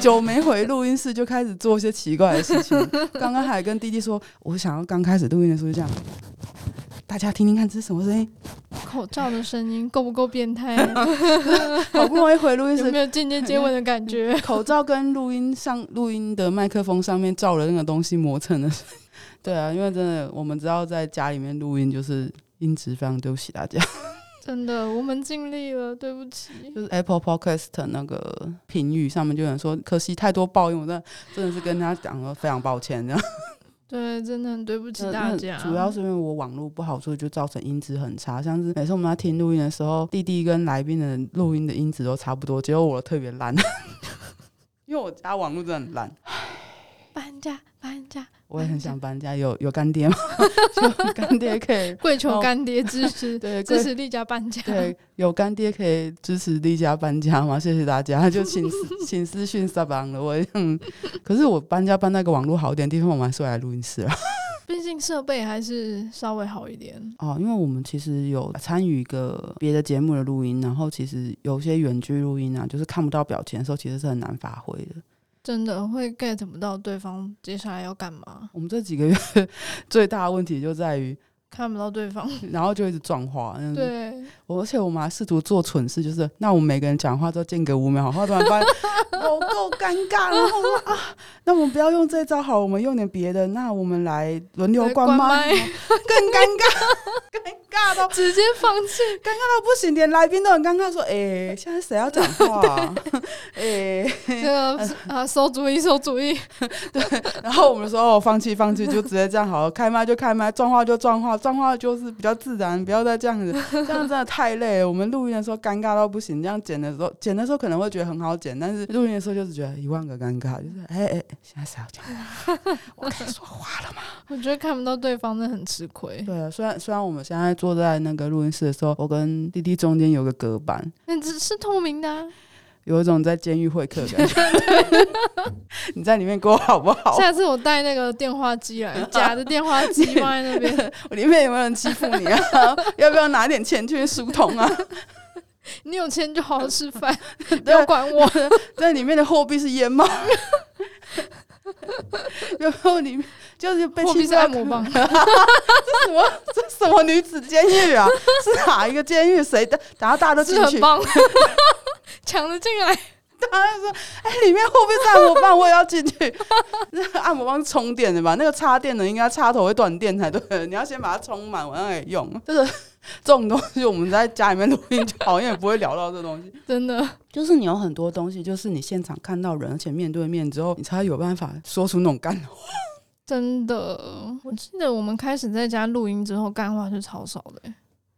久没回录音室，就开始做一些奇怪的事 情。刚刚还跟弟弟说，我想要刚开始录音的时候就这样，大家听听看这是什么声音。口罩的声音够不够变 态？好不容易回录音 有没室，有间接接吻的感觉？口罩跟录音上录音的麦克风上面罩了那个东西磨蹭的声 音。对啊，因为真的，我们知道在家里面录音就是音质非常对不起大家。真的，我们尽力了，对不起。就是 Apple Podcast 那个评语上面就有人说，可惜太多抱怨，我真的真的是跟他讲了非常抱歉这样。对，真的很对不起那大那家。主呃要是因为我网络不好，所以就造成音质很差。像是每次我们在听录音的时候，弟弟跟来宾的录音的音质都差不多，结果我特别烂， 因为我家网络真的很烂。搬家，搬家，我也很想搬家，有有干爹吗？ 就干爹可以跪求哦，干爹支持 对支跪持丽家搬家。对，有干爹可以支持丽家搬家吗？谢谢大家，就请私请私讯撒邦了。我嗯， 可是我搬家搬那个网络好一点的地方，我们还是回来录音室啊。毕竟设备还是稍微好一点。哦，因为我们其实有参与一个别的节目的录音，然后其实有些远距录音啊，就是看不到表情的时候，其实是很难发挥的。真的会 get 不到对方接下来要干嘛，我们这几个月 最大的问题就在于，看不到对方。然后就一直撞话。嗯，对，我而且我们还试图做蠢事，就是那我们每个人讲话都间隔五秒，然后突然发现我够尴尬，然后我说啊，那我们不要用这招好，我们用点别的，那我们来轮流来关关麦，麦 更尴尬，尴尬到直接放弃。那不行，连来宾都很尴尬，说哎、现在谁要讲话、啊？哎、这个啊，馊主意，馊主意。然后我们说哦，放弃，放弃，就直接这样好了，开麦就开麦，撞话就撞话，撞话就是比较自然，不要再这样子，这样真的太累了。我们录音的时候尴尬到不行，这样剪的时候，剪的时候可能会觉得很好剪，但是录音的时候就是觉得一万个尴尬，就是哎哎，现在谁要讲话？我可以说话了吗？我觉得看不到对方真的很吃亏。对啊，虽然虽然我们现在坐在那个录音室的时候，我跟弟弟中间有个隔板，那只是透明的、啊，有一种在监狱会客的感觉。 你在里面过好不好？下次我带那个电话机来，假的电话 机放在那边。我里面有没有人欺负你 啊？要不要拿点钱去疏通啊？你有钱就好好吃饭，不要 对，啊管我。在里面的货币是烟 吗？然后里面就是被货币欺是负到按摩棒这什么？这什么女子监狱啊？是哪一个监狱？谁的？然后大家都进是去 很，棒，抢了进来。大家就说：“哎、里面货币是按摩棒，我也要进去。” 那个按摩棒是充电的吧？那个插电的应该插头会断电才对，你要先把它充满，晚上也用。就是这种东西，我们在家里面录音就好像也不会聊到这东西。真的，就是你有很多东西，就是你现场看到人，而且面对面之后，你才有办法说出那种干话。真的。我记得我们开始在家录音之后，干话是超少的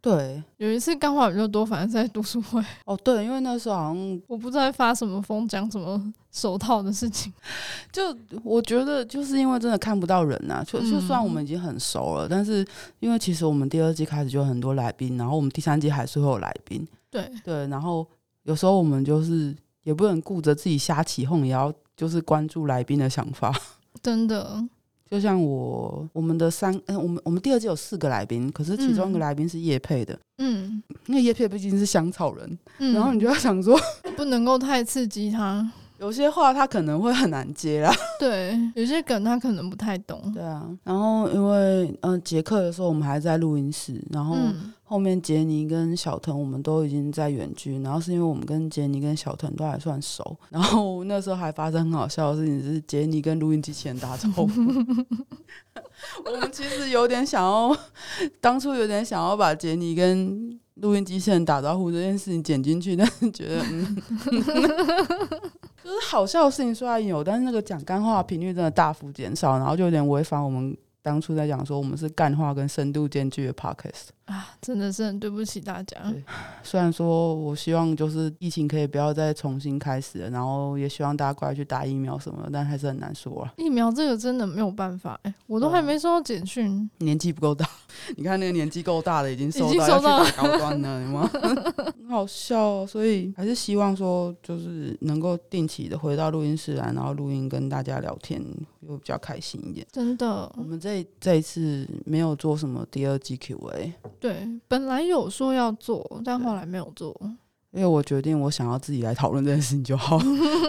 欸、对，有一次干话比较多，反而是在读书会， 哦对，因为那时候好像我不知道在发什么疯，讲什么手套的事情。 就我觉得就是因为真的看不到人呐、啊就就嗯算我们已经很熟了，但是因为其实我们第二季开始就有很多来宾，然后我们第三季还是会有来宾，对，对，然后有时候我们就是也不能顾着自己瞎起哄，也要就是关注来宾的想法。真的，就像我我们的三，嗯、我们我们第二季有四个来宾，可是其中一个嗯来宾是叶佩的，嗯因为叶佩毕竟是香草人。嗯，然后你就要想说，不能够太刺激他。有些话他可能会很难接啦。对，有些梗他可能不太懂。对啊，然后因为嗯，杰、克的时候我们还在录音室，然后嗯，后面杰尼跟小腾我们都已经在远距，然后是因为我们跟杰尼跟小腾都还算熟，然后那时候还发生很好笑的事情，是杰尼跟录音机器人打招呼。我们其实有点想要，当初有点想要把杰尼跟录音机器人打招呼这件事情剪进去，但是觉得嗯，就是好笑的事情虽然有，但是那个讲干话的频率真的大幅减少，然后就有点违反我们。当初在讲说我们是干话跟深度兼具的 podcast，啊，真的是很对不起大家。对虽然说我希望就是疫情可以不要再重新开始了，然后也希望大家快去打疫苗什么的，但还是很难说啊，疫苗这个真的没有办法、哎，我都对啊还没收到简讯，年纪不够大。 你看那个年纪够大的已经收已经到收到要去打高端了，有吗？ 很好笑哦、所以还是希望说就是能够定期的回到录音室来，然后录音跟大家聊天，又比较开心一点。真的我。们这这一次没有做什么第二季 Q&A，对，本来有说要做，但后来没有做。因为我决定我想要自己来讨论这件事情就好。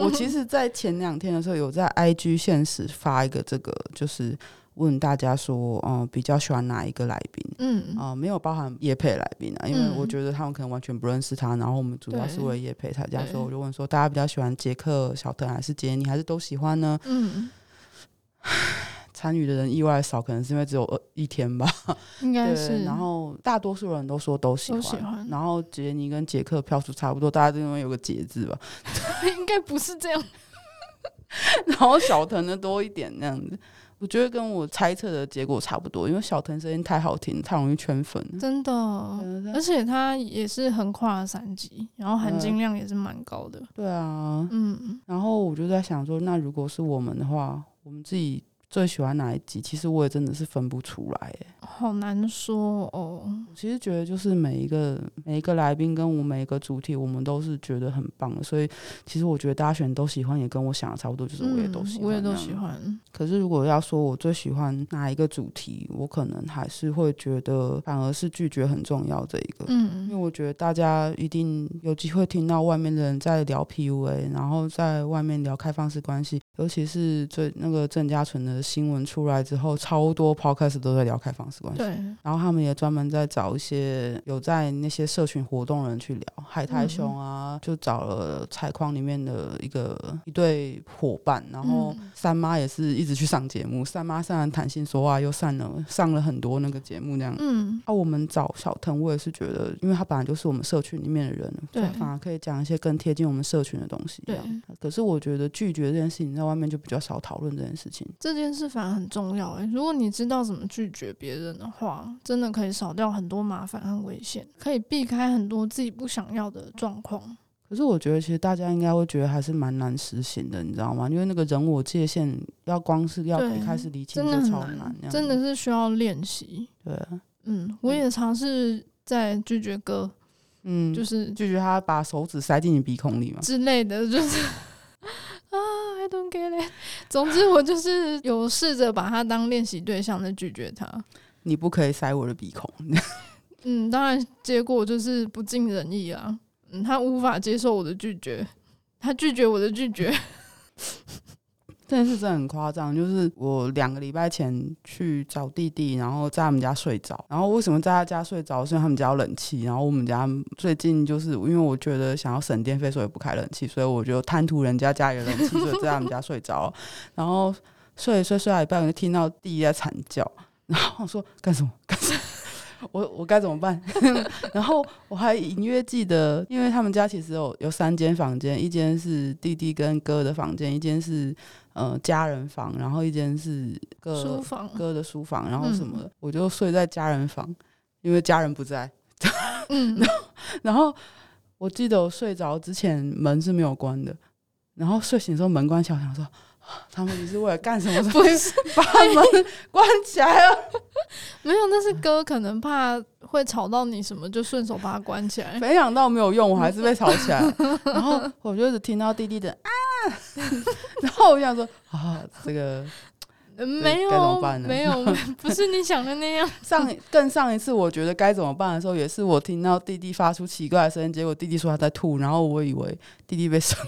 我其实，在前两天的时候，有在 IG 现实发一个这个，就是问大家说，嗯、比较喜欢哪一个来宾？嗯，啊、没有包含叶佩来宾啊，因为嗯我觉得他们可能完全不认识他，然后我们主要是对为了叶佩才这样，对所以我就问说，大家比较喜欢杰克、小腾还是杰尼，还是都喜欢呢？嗯，参与的人意外少，可能是因为只有呃一天吧。应该对，是。然后大多数人都说都喜欢，都喜欢然后杰尼跟杰克票数差不多，大家这边有个“杰”字吧， 应该不是这样。嗯然后小腾的多一点那样子。我觉得跟我猜测的结果差不多，因为小腾声音太好听，太容易圈粉了。真的。而且它也是横跨了三级，然后嗯含金量也是蛮高的。对啊，嗯，然后我就在想说，那如果是我们的话，我们自己最喜欢哪一集？其实我也真的是分不出来耶。好难说哦。我其实觉得，就是每一个每一个来宾跟我每一个主题，我们都是觉得很棒的。所以，其实我觉得大家选都喜欢，也跟我想的差不多，就是我也都喜嗯欢、我也都喜。欢。可是，如果要说我最喜欢哪一个主题，我可能还是会觉得，反而是拒绝很重要这一个。因为嗯，我觉得大家一定有机会听到外面的人在聊 PUA，然后在外面聊开放式关系，尤其是最那个郑家纯的新闻出来之后，超多 podcast 都在聊开放式关系。对，然后他们也专门在找一些有在那些社群活动的人去聊，海苔熊嗯啊，就找了采矿里面的一个一对伙伴，然后嗯三妈也是一直去上节目，三妈上了谈性说话啊又上了上了很多那个节目那样。嗯，啊，我们找小腾，我也是觉得，因为他本来就是我们社群里面的人，所对以反而可以讲一些更贴近我们社群的东西。这对，样，可是我觉得拒绝这件事情，在外面就比较少讨论这件事情。这件事反而很重要欸诶、如果你知道怎么拒绝别人的话，真的可以少掉很多麻烦和危险，可以避开很多自己不想要的状况。可是我觉得，其实大家应该会觉得还是蛮难实行的，你知道吗？因为那个人我界限，要光是要对一开始理清真就的很超难那，样真的是需要练习。对啊，嗯，我也尝试在拒绝歌，嗯，就就是是拒绝他把手指塞进你鼻孔里嘛。之类的，就是啊，I don't get it。总之，我就是有试着把它当练习对象在拒绝它。你不可以塞我的鼻孔，嗯，当然结果就是不尽人意啊。嗯，他无法接受我的拒绝，他拒绝我的拒绝。真的是真的很夸张。就是我两个礼拜前去找弟弟，然后在他们家睡着。然后为什么在他家睡着？是因为他们家有冷气。然后我们家最近就是因为我觉得想要省电费，所以不开冷气，所以我就贪图人家家里的冷气，所以在他们家睡着。然后睡一睡睡到一半，我就听到弟弟在惨叫， 然后我说干什么 干什么。我我该怎么办？ 然后我还隐约记得，因为他们家其实有有三间房间，一间是弟弟跟哥的房间，一间是呃家人房，然后一间是哥书房，哥的书房，然后什么的，我就睡在家人房，因为家人不在。 嗯，然后我记得我睡着之前门是没有关的，然后睡醒之后门关起来，我想说啊他们你是为了干什么？ 不是，把门关起来了。 没有，那是哥可能怕会吵到你什么，就顺手把它关起来。 没想到没有用，我还是被吵起 来了。然后我就一直听到弟弟的啊， 然后我想说啊，这个嗯没有该怎么办，呢 没有，不是你想的那样。上更上一次，我觉得该怎么办的时候，也是我听到弟弟发出奇怪的声音，结果弟弟说他在吐，然后我以为弟弟被生，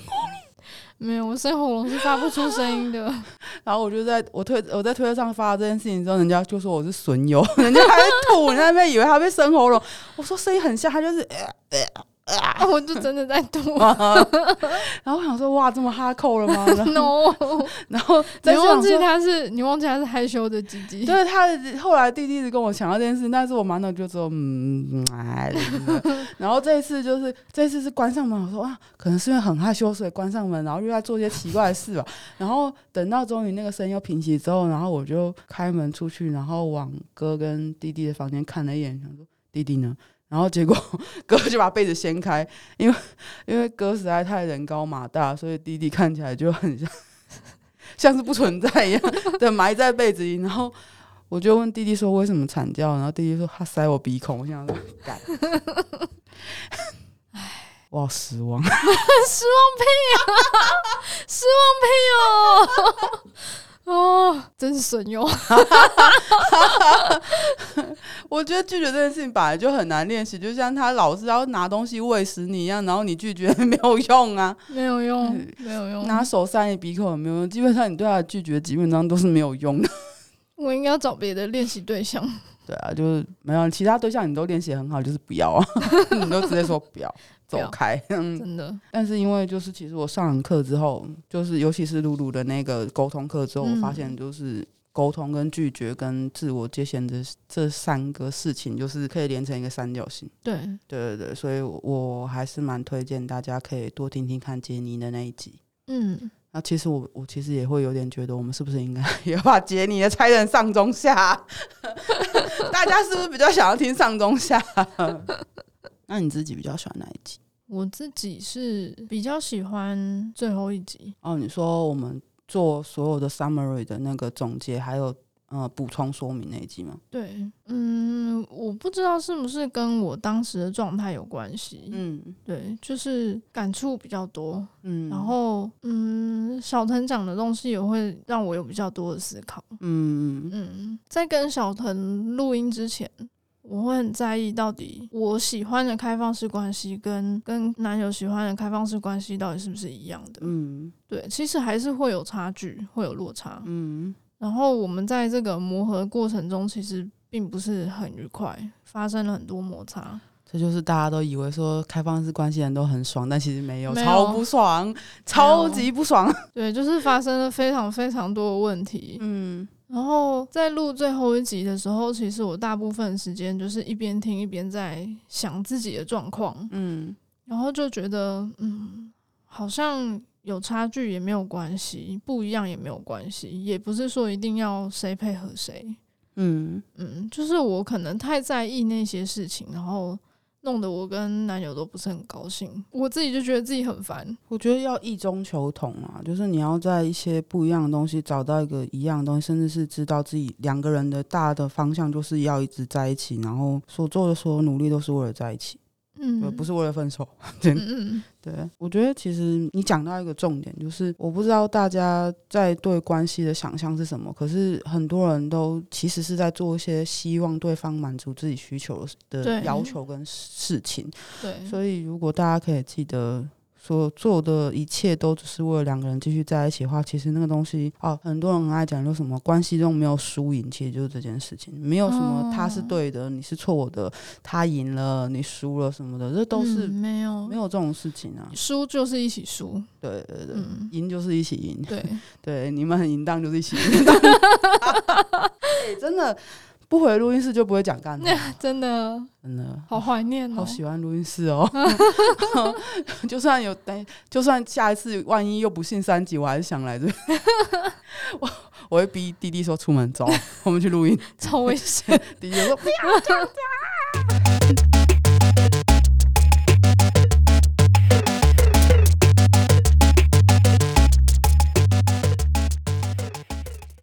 没有，我生喉咙是发不出声音 的。 啊然后我就在我推我在推特上发这件事情之后，人家就说我是损友， 人家还在吐，人家那边以为他被生喉咙，我说声音很像，他就是、呃啊我就真的在吐。 然后我想说哇，这么哈扣了吗？然后 no，然后你再忘想记说。他是你忘记他是害羞的鸡鸡。对他后来弟弟一直跟我强调这件事，但是我满脑就只有嗯嗯哎，然后这一次就是这一次是关上门，我说啊，可能是因为很害羞，所以关上门，然后又在做一些奇怪的事吧。然后等到终于那个声音又平息之后，然后我就开门出去，然后往哥跟弟弟的房间看了一眼，想说弟弟呢？然后结果哥就把被子掀开，因为因为哥实在太人高马大，所以弟弟看起来就很像 像是不存在一样的埋在被子里。然后我就问弟弟说为什么惨叫，然后弟弟说他塞我鼻孔，我想 说干，我好失望。 失望屁啊！失望屁哦！ 啊，真是神哟！ 我觉得拒绝这件事情本来就很难练习，就像他老是要拿东西喂食你一样，然后你拒绝没有用啊，没有用，没有用。拿手塞你鼻孔也没有用，基本上你对他的拒绝基本上都是没有用的。我应该要找别的练习对象。 对啊，就是没有其他对象你都练习很好，就是不要啊， 你都直接说不要。不走要开，真的，但是因为就是其实我上完课之后，就是尤其是露露的那个沟通课之后，嗯我发现就是沟通跟拒绝跟自我界限这这三个事情，就是可以连成一个三角形。对，对对对，所以我我还是蛮推荐大家可以多听听看杰尼的那一 集。嗯，那其实我我其实也会有点觉得，我们是不是应该也把杰尼的拆成上中下 啊？大家是不是比较想要听上中下？那你自己比较喜欢哪一集？我自己是比较喜欢最后一集，哦，你说我们做所有的 summary 的那个总结，还有呃补充说明那一集吗？对，嗯，我不知道是不是跟我当时的状态有关系，嗯对，就是感触比较多，嗯，然后嗯，小藤讲的东西也会让我有比较多的思考，嗯嗯，在跟小藤录音之前。我会很在意到底我喜欢的开放式关系跟跟男友喜欢的开放式关系到底是不是一样的？嗯对，其实还是会有差距，会有落差。嗯然后我们在这个磨合过程中，其实并不是很愉快，发生了很多摩擦。这就是大家都以为说开放式关系人都很爽，但其实没有，没有超不爽，超级不爽。对，就是发生了非常非常多的问题。 嗯然后在录最后一集的时候，其实我大部分时间就是一边听一边在想自己的状况，嗯然后就觉得，嗯，好像有差距也没有关系，不一样也没有关系，也不是说一定要谁配合谁。嗯嗯，就是我可能太在意那些事情，然后弄得我跟男友都不是很高兴，我自己就觉得自己很烦。我觉得要异中求同啊，就是你要在一些不一样的东西找到一个一样的东西，甚至是知道自己两个人的大的方向就是要一直在一起，然后所做的所有努力都是为了在一起，嗯呃对，不是，是为了分手。嗯嗯对，我觉得其实你讲到一个重点，就是我不知道大家在对关系的想象是什么，可是很多人都其实是在做一些希望对方满足自己需求的对嗯要求跟事情，对，所以如果大家可以记得。所做的一切都只是为了两个人继续在一起的话，其实那个东西哦，很多人很爱讲说什么关系中没有输赢，其实就是这件事情，没有什么他是哦对的，你是错的，他赢了，你输了什么的，这都是嗯没有没有这种事情啊。输就是一起输，对对对，嗯赢、就是一起赢。 对，对，你们很淫荡就是一 起淫荡。哎、真的不回录音室就不会讲干话， 真的真的。好怀念好哦。喜欢录音室 哦， 就算有等，就算下一次万一又不幸三级，我还是想来这。 我我会逼弟弟说出门走，我们去录音。超危险，弟弟就说不要不要不要，